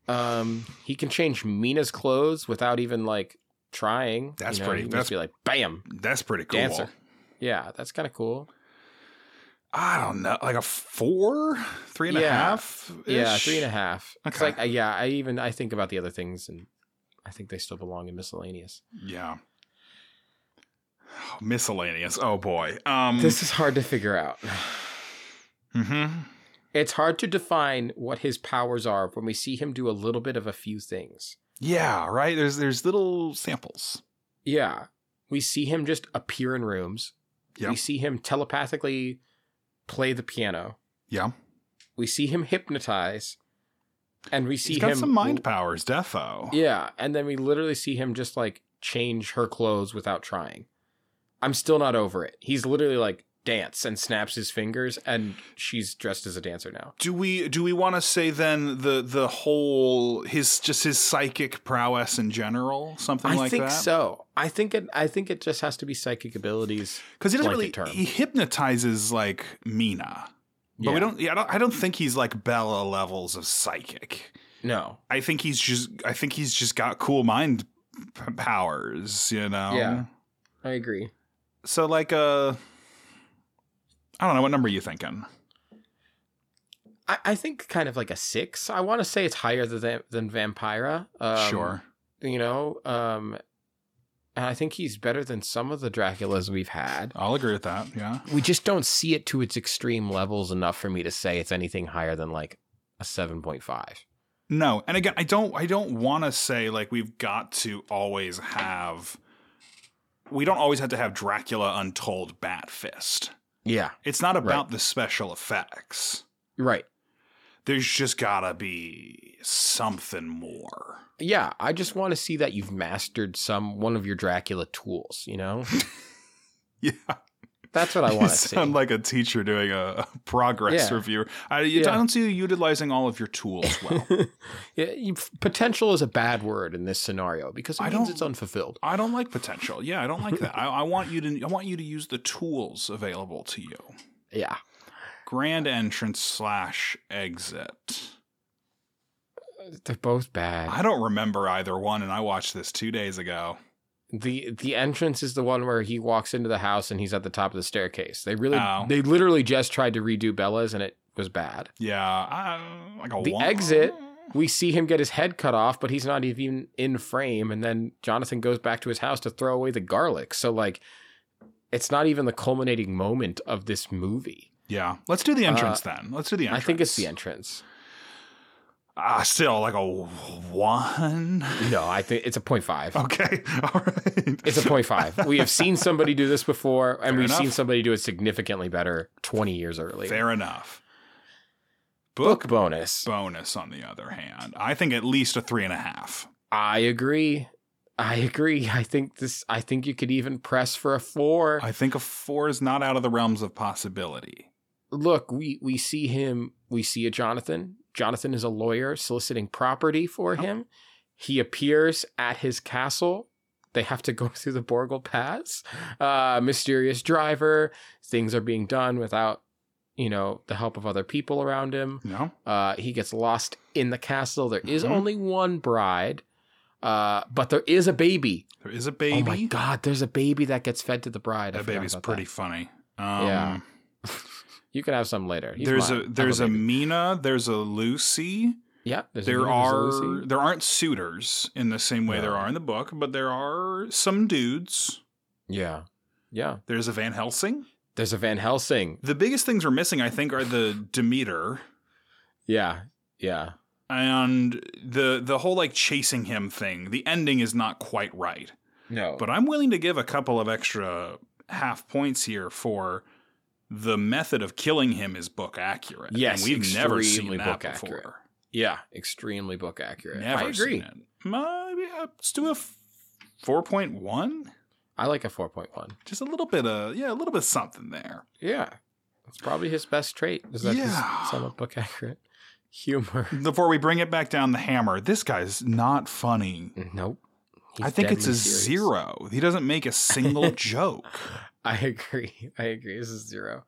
S2: Um, he can change Mina's clothes without even like trying.
S1: That's
S2: you
S1: pretty-
S2: He can
S1: that's-
S2: just be like, bam.
S1: That's pretty cool.
S2: Dancer. Yeah, that's kind of cool.
S1: I don't know, like a four, three and a
S2: Yeah.
S1: half.
S2: Yeah, three and a half. It's
S1: Okay.
S2: like, uh, yeah, I even I think about the other things, and I think they still belong in miscellaneous.
S1: Yeah. Miscellaneous. Oh boy. Um.
S2: This is hard to figure out.
S1: mhm.
S2: It's hard to define what his powers are when we see him do a little bit of a few things.
S1: Yeah. Right. There's there's little samples.
S2: Yeah, we see him just appear in rooms.
S1: Yeah.
S2: We see him telepathically play the piano.
S1: Yeah.
S2: We see him hypnotize, and we see
S1: He's got
S2: him
S1: some mind powers, defo.
S2: Yeah, and then we literally see him just like change her clothes without trying. I'm still not over it. He's literally like dance and snaps his fingers, and she's dressed as a dancer now.
S1: Do we do we want to say then the the whole his just his psychic prowess in general something
S2: I
S1: like
S2: think
S1: that?
S2: so. I think it. I think it just has to be psychic abilities.
S1: Because he doesn't really
S2: Blanket term.
S1: he hypnotizes like Mina, but
S2: Yeah.
S1: we don't. Yeah, I don't. I don't think he's like Bella levels of psychic.
S2: No.
S1: I think he's just. I think he's just got cool mind p- powers. You know.
S2: Yeah. I agree.
S1: So like uh, I don't know what number are you thinking.
S2: I, I think kind of like a six. I want to say it's higher than than Vampira. Um,
S1: sure.
S2: You know. Um, and I think he's better than some of the Draculas we've had.
S1: I'll agree with that. Yeah.
S2: we just don't see it to its extreme levels enough for me to say it's anything higher than like a 7.5
S1: No, and again, I don't. I don't want to say like we've got to always have. We don't always have to have Dracula Untold Bat Fist.
S2: yeah
S1: It's not about the special effects.
S2: right
S1: There's just gotta be something more.
S2: yeah i just want to see that you've mastered some one of your dracula tools you know
S1: [LAUGHS] Yeah,
S2: that's what i
S1: you [LAUGHS]
S2: want to see
S1: sound like a teacher doing a, a progress
S2: Yeah.
S1: review. I, you-
S2: Yeah.
S1: I don't see you utilizing all of your tools well.
S2: [LAUGHS] Yeah, you- potential is a bad word in this scenario because it
S1: I
S2: means
S1: don't-
S2: it's unfulfilled
S1: I don't like potential. Yeah, I don't like that. I, I want you to. I want you to use the tools available to you.
S2: yeah
S1: Grand entrance slash exit.
S2: they're both bad
S1: I don't remember either one, and I watched this two days ago.
S2: the the entrance is the one where he walks into the house and he's at the top of the staircase they really
S1: Oh.
S2: they literally just tried to redo bella's and it was bad
S1: Yeah, I, like a
S2: The
S1: one-
S2: exit- we see him get his head cut off, but he's not even in frame. And then Jonathan goes back to his house to throw away the garlic. So, like, it's not even the culminating moment of this movie.
S1: Yeah, let's do the entrance then. Let's do the entrance.
S2: Uh, I think it's the entrance.
S1: Ah, still like a one. [LAUGHS]
S2: No, I think it's a point
S1: Oh,
S2: five.
S1: Okay, [LAUGHS] all right.
S2: It's a point five. We have seen somebody do this before, and
S1: Fair
S2: we've
S1: enough.
S2: seen somebody do it significantly better 20 years earlier.
S1: Fair enough.
S2: Book bonus.
S1: bonus, on the other hand, I think at least a three and a half.
S2: I agree. I agree. I think this. I think you could even press for a four.
S1: I think a four is not out of the realms of possibility.
S2: Look, we we see him. We see a Jonathan. Jonathan is a lawyer soliciting property for
S1: Yep.
S2: him. He appears at his castle. They have to go [LAUGHS] through the Borgle Pass. Uh, mysterious driver. Things are being done without, you know, the help of other people around him.
S1: No,
S2: Uh, he gets lost in the castle. There is
S1: Mhm.
S2: only one bride, uh, but there is a baby.
S1: there is a baby.
S2: Oh my god, there's a baby that gets fed to the bride. I
S1: that
S2: forgot
S1: baby's
S2: about
S1: pretty
S2: that.
S1: funny. Um,
S2: Yeah. You can have some later. He's
S1: There's
S2: mine.
S1: a
S2: I'm
S1: there's a,
S2: baby.
S1: Mina. There's a Lucy.
S2: yeah. There's a
S1: there
S2: baby,
S1: are
S2: there's a Lucy.
S1: there aren't suitors in the same way there
S2: No.
S1: are in the book, but there are some dudes.
S2: yeah, yeah.
S1: There's a Van Helsing.
S2: There's a Van Helsing.
S1: The biggest things we're missing, I think, are the Demeter
S2: Yeah, yeah.
S1: and the the whole like chasing him thing. The ending is not quite right.
S2: No,
S1: But I'm willing to give a couple of extra half points here for the method of killing him is book accurate.
S2: Yes,
S1: and we've never
S2: extremely
S1: seen that
S2: book accurate.
S1: before.
S2: yeah, extremely book accurate.
S1: Never
S2: I agree.
S1: seen it. Maybe uh, let's do a four point one.
S2: I like a four point one.
S1: Just a little bit of yeah, a little bit of something there.
S2: Yeah, it's probably his best trait. Is that
S1: Yeah.
S2: his somewhat book accurate humor? [LAUGHS]
S1: Before we bring it back down the hammer, this guy's not funny.
S2: Nope.
S1: I
S2: He's
S1: think it's
S2: deadly
S1: a
S2: serious.
S1: zero. He doesn't make a
S2: [LAUGHS]
S1: single joke.
S2: I agree. I agree. This is zero.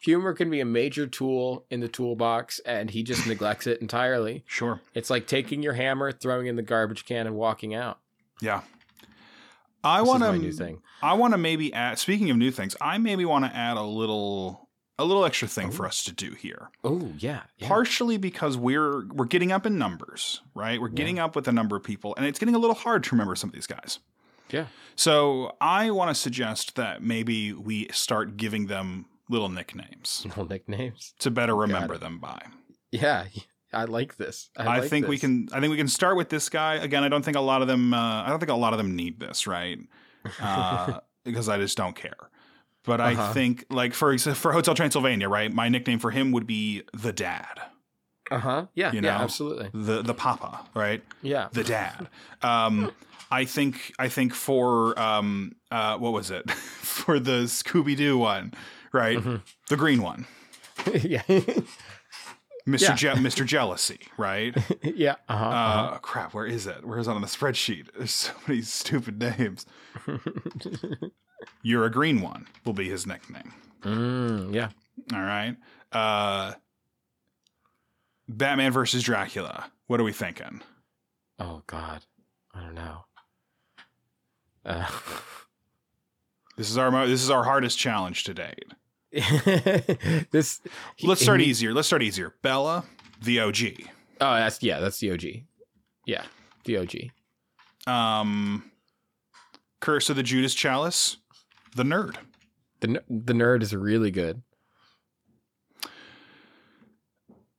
S2: Humor can be a major tool in the toolbox, and he just neglects it entirely.
S1: Sure.
S2: It's like taking your hammer, throwing it in the garbage can, and walking out.
S1: Yeah. I
S2: This is
S1: want
S2: my new
S1: to
S2: thing.
S1: I want to maybe add speaking of new things, I maybe want to add a little a little extra thing for us to do here.
S2: Oh yeah, yeah. [LAUGHS]
S1: partially because we're we're getting up in numbers, right? We're getting up with the number of people, and it's getting a little hard to remember some of these guys.
S2: Yeah.
S1: So I want to suggest that maybe we start giving them little nicknames
S2: Little nicknames.
S1: to better remember them by.
S2: Yeah, [LAUGHS] I like this. I,
S1: I,
S2: like
S1: think we
S2: this.
S1: can. I think we can start with this guy again. I don't think a lot of them. Uh, I don't think a lot of them need this, right?
S2: [LAUGHS]
S1: Uh, because I just don't care. But I
S2: Uh-huh.
S1: think, like for exa- for Hotel Transylvania, right? My nickname for him would be the dad,
S2: Uh huh. Yeah.
S1: you
S2: yeah.
S1: know,
S2: Absolutely.
S1: the the papa, right?
S2: Yeah.
S1: the dad. Um, I think I think for um, uh, what was it [LAUGHS] for the Scooby Doo one, right?
S2: Mhm.
S1: The green one,
S2: [LAUGHS] yeah.
S1: Mr.
S2: Yeah.
S1: Je- Mr. Jealousy, right?
S2: yeah. Uh-huh.
S1: Uh,
S2: Uh
S1: crap, where is it? Where is it on the spreadsheet? There's so [LAUGHS] many stupid names.
S2: uh-huh. [LAUGHS]
S1: You're a green one will be his nickname.
S2: Mm, yeah.
S1: All right. Uh, Batman versus Dracula. What are we thinking?
S2: Oh God. I don't know. Uh, [LAUGHS]
S1: This is our mo- this is our hardest challenge to date. [LAUGHS]
S2: this. E,
S1: Let's start
S2: he-
S1: easier. Let's start easier. Bella, the OG.
S2: Oh, that's yeah, that's the OG. Yeah, the OG.
S1: Um, Curse of the Judas Chalice, the nerd.
S2: The ner- the nerd is really good.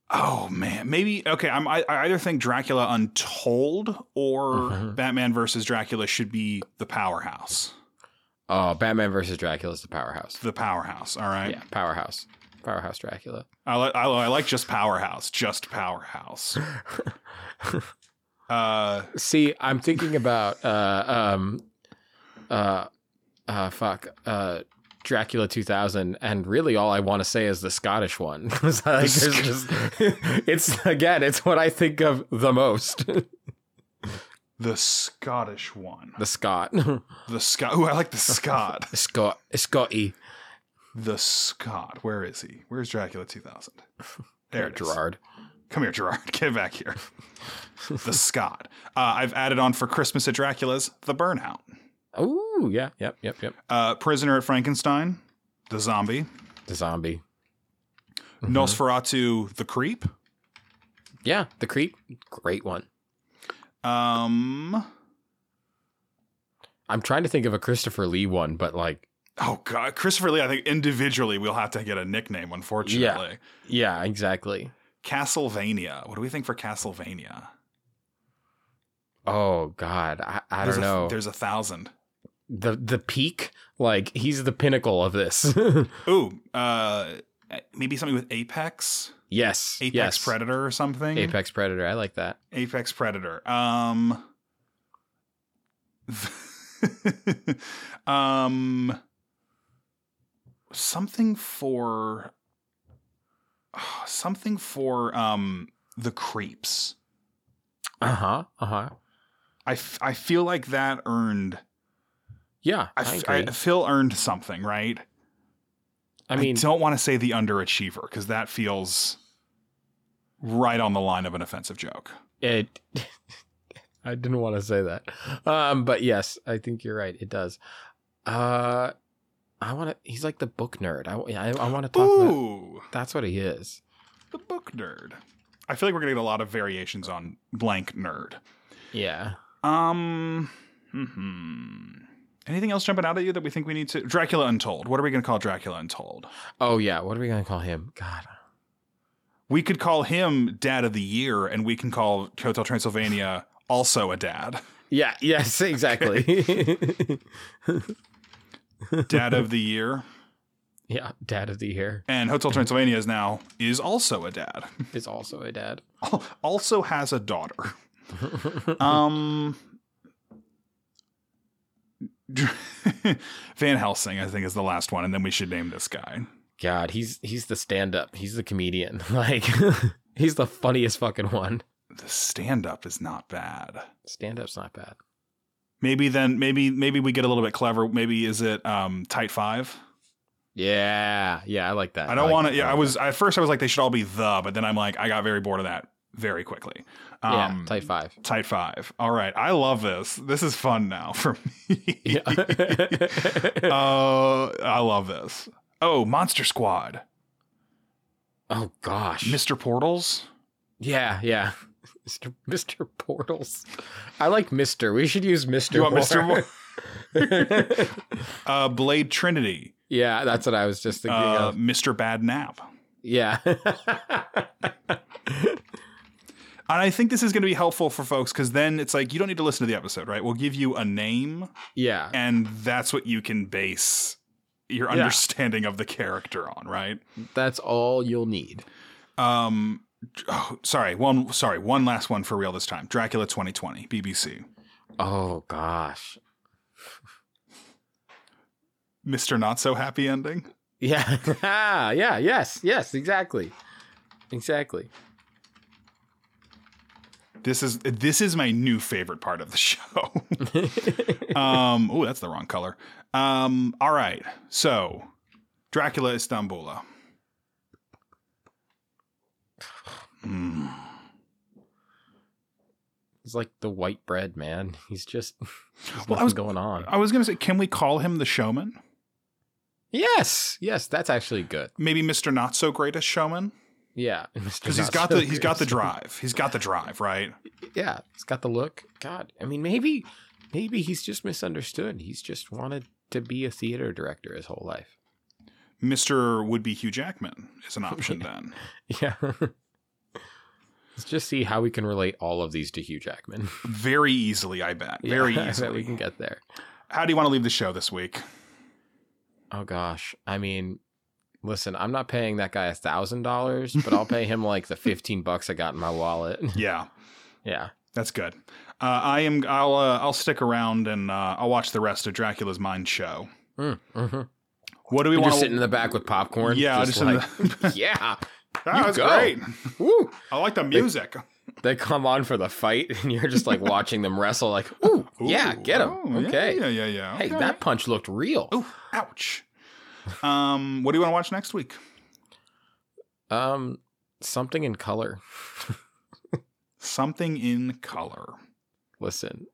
S1: Oh man, maybe okay. I'm, I I either think Dracula Untold or
S2: Mhm.
S1: Batman versus Dracula should be the powerhouse.
S2: Oh, Batman versus Dracula is the powerhouse.
S1: The powerhouse. All right.
S2: Yeah, powerhouse, powerhouse Dracula.
S1: I like I, li- I like just powerhouse. Just
S2: [LAUGHS]
S1: powerhouse. uh,
S2: See, I'm thinking about [LAUGHS] uh um uh uh fuck uh. Dracula 2000, and really all I want to say is the Scottish one. [LAUGHS] 'Cause, like,
S1: The
S2: there's just- [LAUGHS] it's again, it's what I think of the most. [LAUGHS]
S1: the Scottish one.
S2: the Scot, [LAUGHS]
S1: The Scot. Ooh, I like the Scot.
S2: Scot, Scotty,
S1: the Scot. Where is he? Where's Dracula 2000? There it is.
S2: Gerard.
S1: Come here, Gerard. [LAUGHS] Get back here. the Scott. Uh, I've added on for Christmas at Dracula's, the Burnout.
S2: Oh yeah, yep, yep, yep.
S1: Uh, Prisoner at Frankenstein, the Zombie.
S2: The zombie. Mm-hmm.
S1: Nosferatu, the Creep.
S2: Yeah, the creep, great one.
S1: Um,
S2: I'm trying to think of a Christopher Lee one, but like,
S1: oh, God. Christopher Lee, I think individually we'll have to get a nickname, unfortunately.
S2: yeah, exactly.
S1: Castlevania. What do we think for Castlevania?
S2: Oh God, I, I
S1: There's
S2: don't
S1: a,
S2: know.
S1: There's a thousand.
S2: the the peak, like he's the pinnacle of this.
S1: Ooh, uh, uh, maybe something with Apex,
S2: [LAUGHS] Yes.
S1: Apex
S2: yes.
S1: Predator or something.
S2: Apex Predator. I like that.
S1: Apex Predator. Um, [LAUGHS] um, something for [SIGHS] something for um the creeps.
S2: Uh huh. Uh huh.
S1: I, f- I feel like that earned
S2: Yeah.
S1: I,
S2: I,
S1: f-
S2: agree.
S1: I- Phil earned something right.
S2: I mean,
S1: I don't want to say the underachiever because that feels right on the line of an offensive joke.
S2: it. I didn't want to say that, um, but yes, I think you're right. It does. Uh, I want to. He's like the book nerd. I I, I want to talk. About,
S1: Ooh,
S2: that's what he is.
S1: the book nerd. I feel like we're gonna get a lot of variations on blank nerd.
S2: Yeah.
S1: Um, hmm. anything else jumping out at you that we think we need to? Dracula Untold. What are we gonna call Dracula Untold?
S2: Oh yeah. What are we gonna call him? God.
S1: We could call him Dad of the Year, and we can call Hotel Transylvania also a dad.
S2: Yeah. [LAUGHS] Yes. Exactly. [LAUGHS]
S1: Dad of the Year.
S2: yeah. Dad of the year
S1: And Hotel Transylvania is now is also a dad. [LAUGHS]
S2: is also a dad.
S1: Al- Also has a daughter. Um Dr- [LAUGHS] Van Helsing, I think, is the last one, and then we should name this guy.
S2: [LAUGHS] God, he's he's the stand-up. He's the comedian. [LAUGHS] Like he's the funniest fucking one.
S1: The stand-up is not bad.
S2: Stand-up's not bad.
S1: Maybe then maybe maybe we get a little bit clever. Maybe is it um tight five?
S2: Yeah, yeah, I like that.
S1: I don't
S2: like
S1: want to
S2: that.
S1: yeah, I
S2: like
S1: was at first I was like they should all be the, but then I'm like, I got very bored of that very quickly.
S2: that. yeah,
S1: Um
S2: type five.
S1: [LAUGHS] tight five. All right. I love this. This is fun now for
S2: [LAUGHS]
S1: me.
S2: Yeah,
S1: Uh, I love this. Oh, Monster Squad,
S2: [LAUGHS] oh gosh,
S1: Mr. Portals.
S2: yeah, yeah, [LAUGHS] Mister Mister Portals. I like Mister. We should use Mister.
S1: You want Mr. [LAUGHS]
S2: Mister?
S1: Uh, Blade Trinity,
S2: [LAUGHS] yeah, that's what I was just thinking
S1: uh,
S2: of.
S1: Mr. Bad Nap.
S2: Yeah, [LAUGHS]
S1: And I think this is going to be helpful for folks because then it's like you don't need to listen to the episode, right? We'll give you a name,
S2: yeah,
S1: and that's what you can base your
S2: Yeah.
S1: understanding of the character on, right?
S2: that's all you'll need.
S1: Um, oh, sorry, one, sorry, one last one for real this time. Dracula 2020, BBC,
S2: Oh gosh,
S1: Mr. Not So Happy Ending.
S2: yeah, [LAUGHS] Ah, yeah, yes, yes, exactly, exactly. [LAUGHS]
S1: This is this is my new favorite part of the [LAUGHS] show. um, oh, that's the wrong color. Um, all right. So, Dracula Istanbula. Mm.
S2: He's like the white bread man. He's just [LAUGHS] there's
S1: Well, I
S2: nothing
S1: was- uh,
S2: going on.
S1: I was gonna say, can we call him the showman?
S2: Yes, yes, that's actually good.
S1: Maybe Mister Not So Greatest Showman,
S2: Yeah, because
S1: because he's got the he's got the drive. He's got the drive, right?
S2: [LAUGHS] Yeah, he's got the look. God, I mean, maybe, maybe he's just misunderstood. He's just wanted to be a theater director his whole life.
S1: Mister would be Hugh Jackman is an option then.
S2: Yeah. Let's just see how we can relate all of these to Hugh Jackman. [LAUGHS]
S1: Very easily, I bet. Very
S2: Yeah, I bet we
S1: easily.
S2: can get there.
S1: How do you want to leave the show this week?
S2: Oh gosh, I mean, listen, I'm not paying that guy a thousand dollars, but I'll pay him
S1: [LAUGHS]
S2: like the fifteen bucks I got in my wallet. [LAUGHS]
S1: Yeah.
S2: Yeah.
S1: That's good. Uh, I am. I'll. Uh, I'll stick around and uh, I'll watch the rest of Dracula's Mind show.
S2: Mm, mhm.
S1: What do we
S2: You're
S1: want?
S2: just sitting in the back with popcorn.
S1: yeah,
S2: just
S1: just in
S2: like,
S1: the,
S2: yeah.
S1: [LAUGHS] that
S2: you
S1: was
S2: go.
S1: great.
S2: Woo.
S1: I like the music.
S2: They come on for the fight, [LAUGHS] and you're just like watching them wrestle. Like, ooh, yeah,
S1: Ooh,
S2: get him.
S1: oh, yeah,
S2: okay.
S1: Yeah, yeah, yeah.
S2: Hey,
S1: Okay.
S2: that punch looked real.
S1: Ooh, ouch. Um, what do you want to watch next week?
S2: Um, something in color. [LAUGHS]
S1: Something in color.
S2: Listen,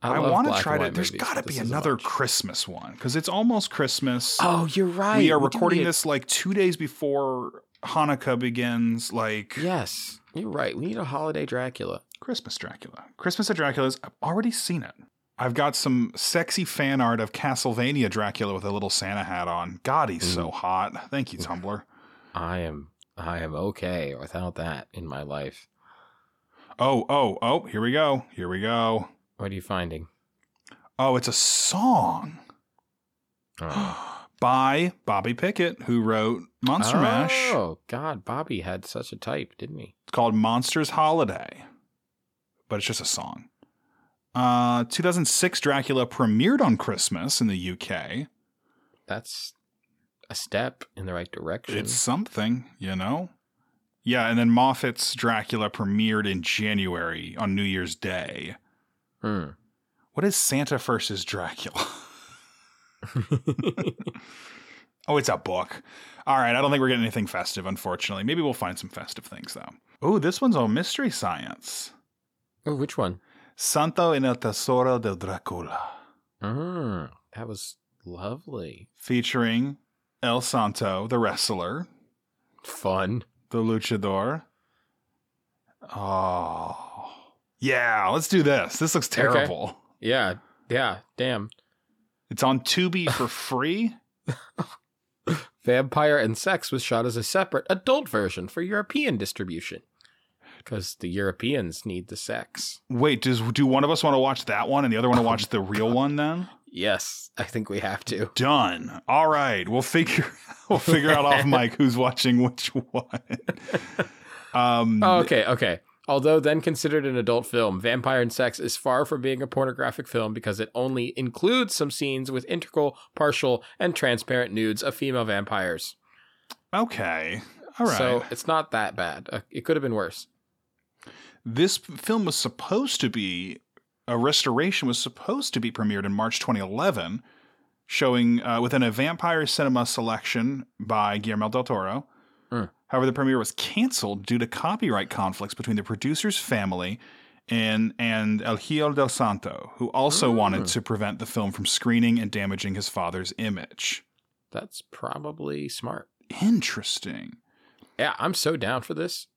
S1: I,
S2: love
S1: want to
S2: black
S1: try
S2: and
S1: to.
S2: white
S1: There's
S2: movies,
S1: got to
S2: but
S1: be
S2: this is a
S1: another
S2: bunch.
S1: Christmas one because it's almost Christmas.
S2: Oh, you're right.
S1: we are
S2: do
S1: recording
S2: need-
S1: this like two days before Hanukkah begins. Like,
S2: Yes, you're right. We need a holiday Dracula.
S1: Christmas Dracula. Christmas of Dracula's, I've already seen it. I've got some sexy fan art of Castlevania Dracula with a little Santa hat on. God, he's so hot. Thank you, Tumblr.
S2: I am, I am okay without that in my life.
S1: Oh, oh, oh, here we go. Here we go. [GASPS]
S2: What are you finding?
S1: Oh, it's a song.
S2: Oh,
S1: by Bobby Pickett, who wrote Monster Mash. It's
S2: Oh God, Bobby had such a type, didn't he?
S1: called Monsters Holiday, but it's just a song. Uh, 2006 Dracula premiered on Christmas in the UK.
S2: That's a step in the right direction.
S1: It's something, you know? Yeah, and then Moffat's Dracula premiered in January on New Year's Day.
S2: Hmm.
S1: What is Santa versus Dracula? [LAUGHS] Oh, it's a book. All right, I don't think we're getting anything festive, unfortunately. Maybe we'll find some festive things, though. Oh, this one's on Mystery Science. [LAUGHS]
S2: oh, which one?
S1: Santo en el Tesoro del Dracula,
S2: Mm, that was lovely.
S1: featuring El Santo, the wrestler,
S2: Fun.
S1: the luchador. Oh, yeah, let's do this. This looks terrible.
S2: Yeah. Yeah. Damn.
S1: It's on Tubi for free.
S2: Vampire and Sex was shot as a separate adult version for European distribution. Because the Europeans need the sex.
S1: Wait, does do one of us want to watch that one and the other want to watch the real one then?
S2: Yes, I think we have to.
S1: done. All right, we'll figure [LAUGHS] we'll figure out off mic who's watching which one. Um,
S2: Oh, okay, okay. Although then considered an adult film, Vampire and Sex is far from being a pornographic film because it only includes some scenes with integral, partial, and transparent nudes of female vampires.
S1: okay, all right.
S2: So it's not that bad. Uh, It could have been worse.
S1: this film was supposed to be a restoration was supposed to be premiered in March 2011, showing uh, within a vampire cinema selection by Guillermo del Toro.
S2: Hmm.
S1: However, the premiere was canceled due to copyright conflicts between the producer's family and and El Gil del Santo, who also
S2: Hmm.
S1: wanted to prevent the film from screening and damaging his father's image.
S2: That's probably smart.
S1: Interesting.
S2: Yeah, I'm so down for this.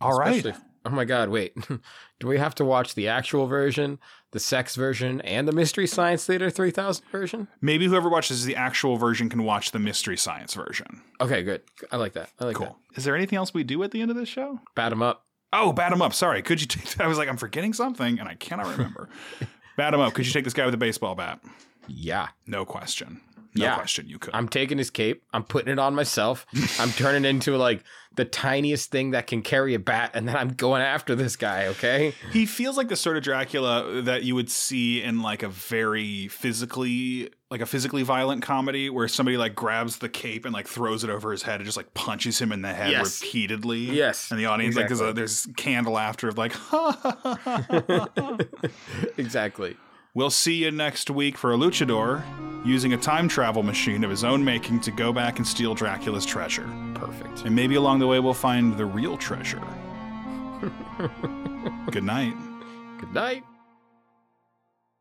S1: All right.
S2: Especially if- oh my God, wait. [LAUGHS] Do we have to watch the actual version, the sex version, and the Mystery Science Theater 3000 version?
S1: Maybe whoever watches the actual version can watch the mystery science version.
S2: Okay, good. I like that. I like
S1: Cool. Is there anything else we do at the end of this show?
S2: that. Bat them up.
S1: Oh, bat him up. Sorry. Could you take [LAUGHS] that? I was like, I'm forgetting something and I cannot remember. [LAUGHS] bat him up. Could you take this guy with a baseball bat?
S2: Yeah.
S1: No question. No
S2: Yeah.
S1: question. You could.
S2: I'm taking his cape. I'm putting it on
S1: [LAUGHS]
S2: myself. I'm turning into like the tiniest thing that can carry a bat, and then I'm going after this guy.
S1: [LAUGHS]
S2: Okay.
S1: he feels like the sort of Dracula that you would see in like a very physically, like a physically violent comedy where somebody like grabs the cape and like throws it over his head and just like punches him in the head
S2: Yes.
S1: repeatedly.
S2: Yes,
S1: And the audience, like,
S2: exactly.
S1: there's a, there's canned laughter of like, ha ha ha ha ha. [LAUGHS]
S2: [LAUGHS] exactly.
S1: We'll see you next week for a luchador using a time travel machine of his own making to go back and steal Dracula's treasure.
S2: Perfect.
S1: And maybe along the way, we'll find the real treasure. [LAUGHS] Good night.
S2: Good night.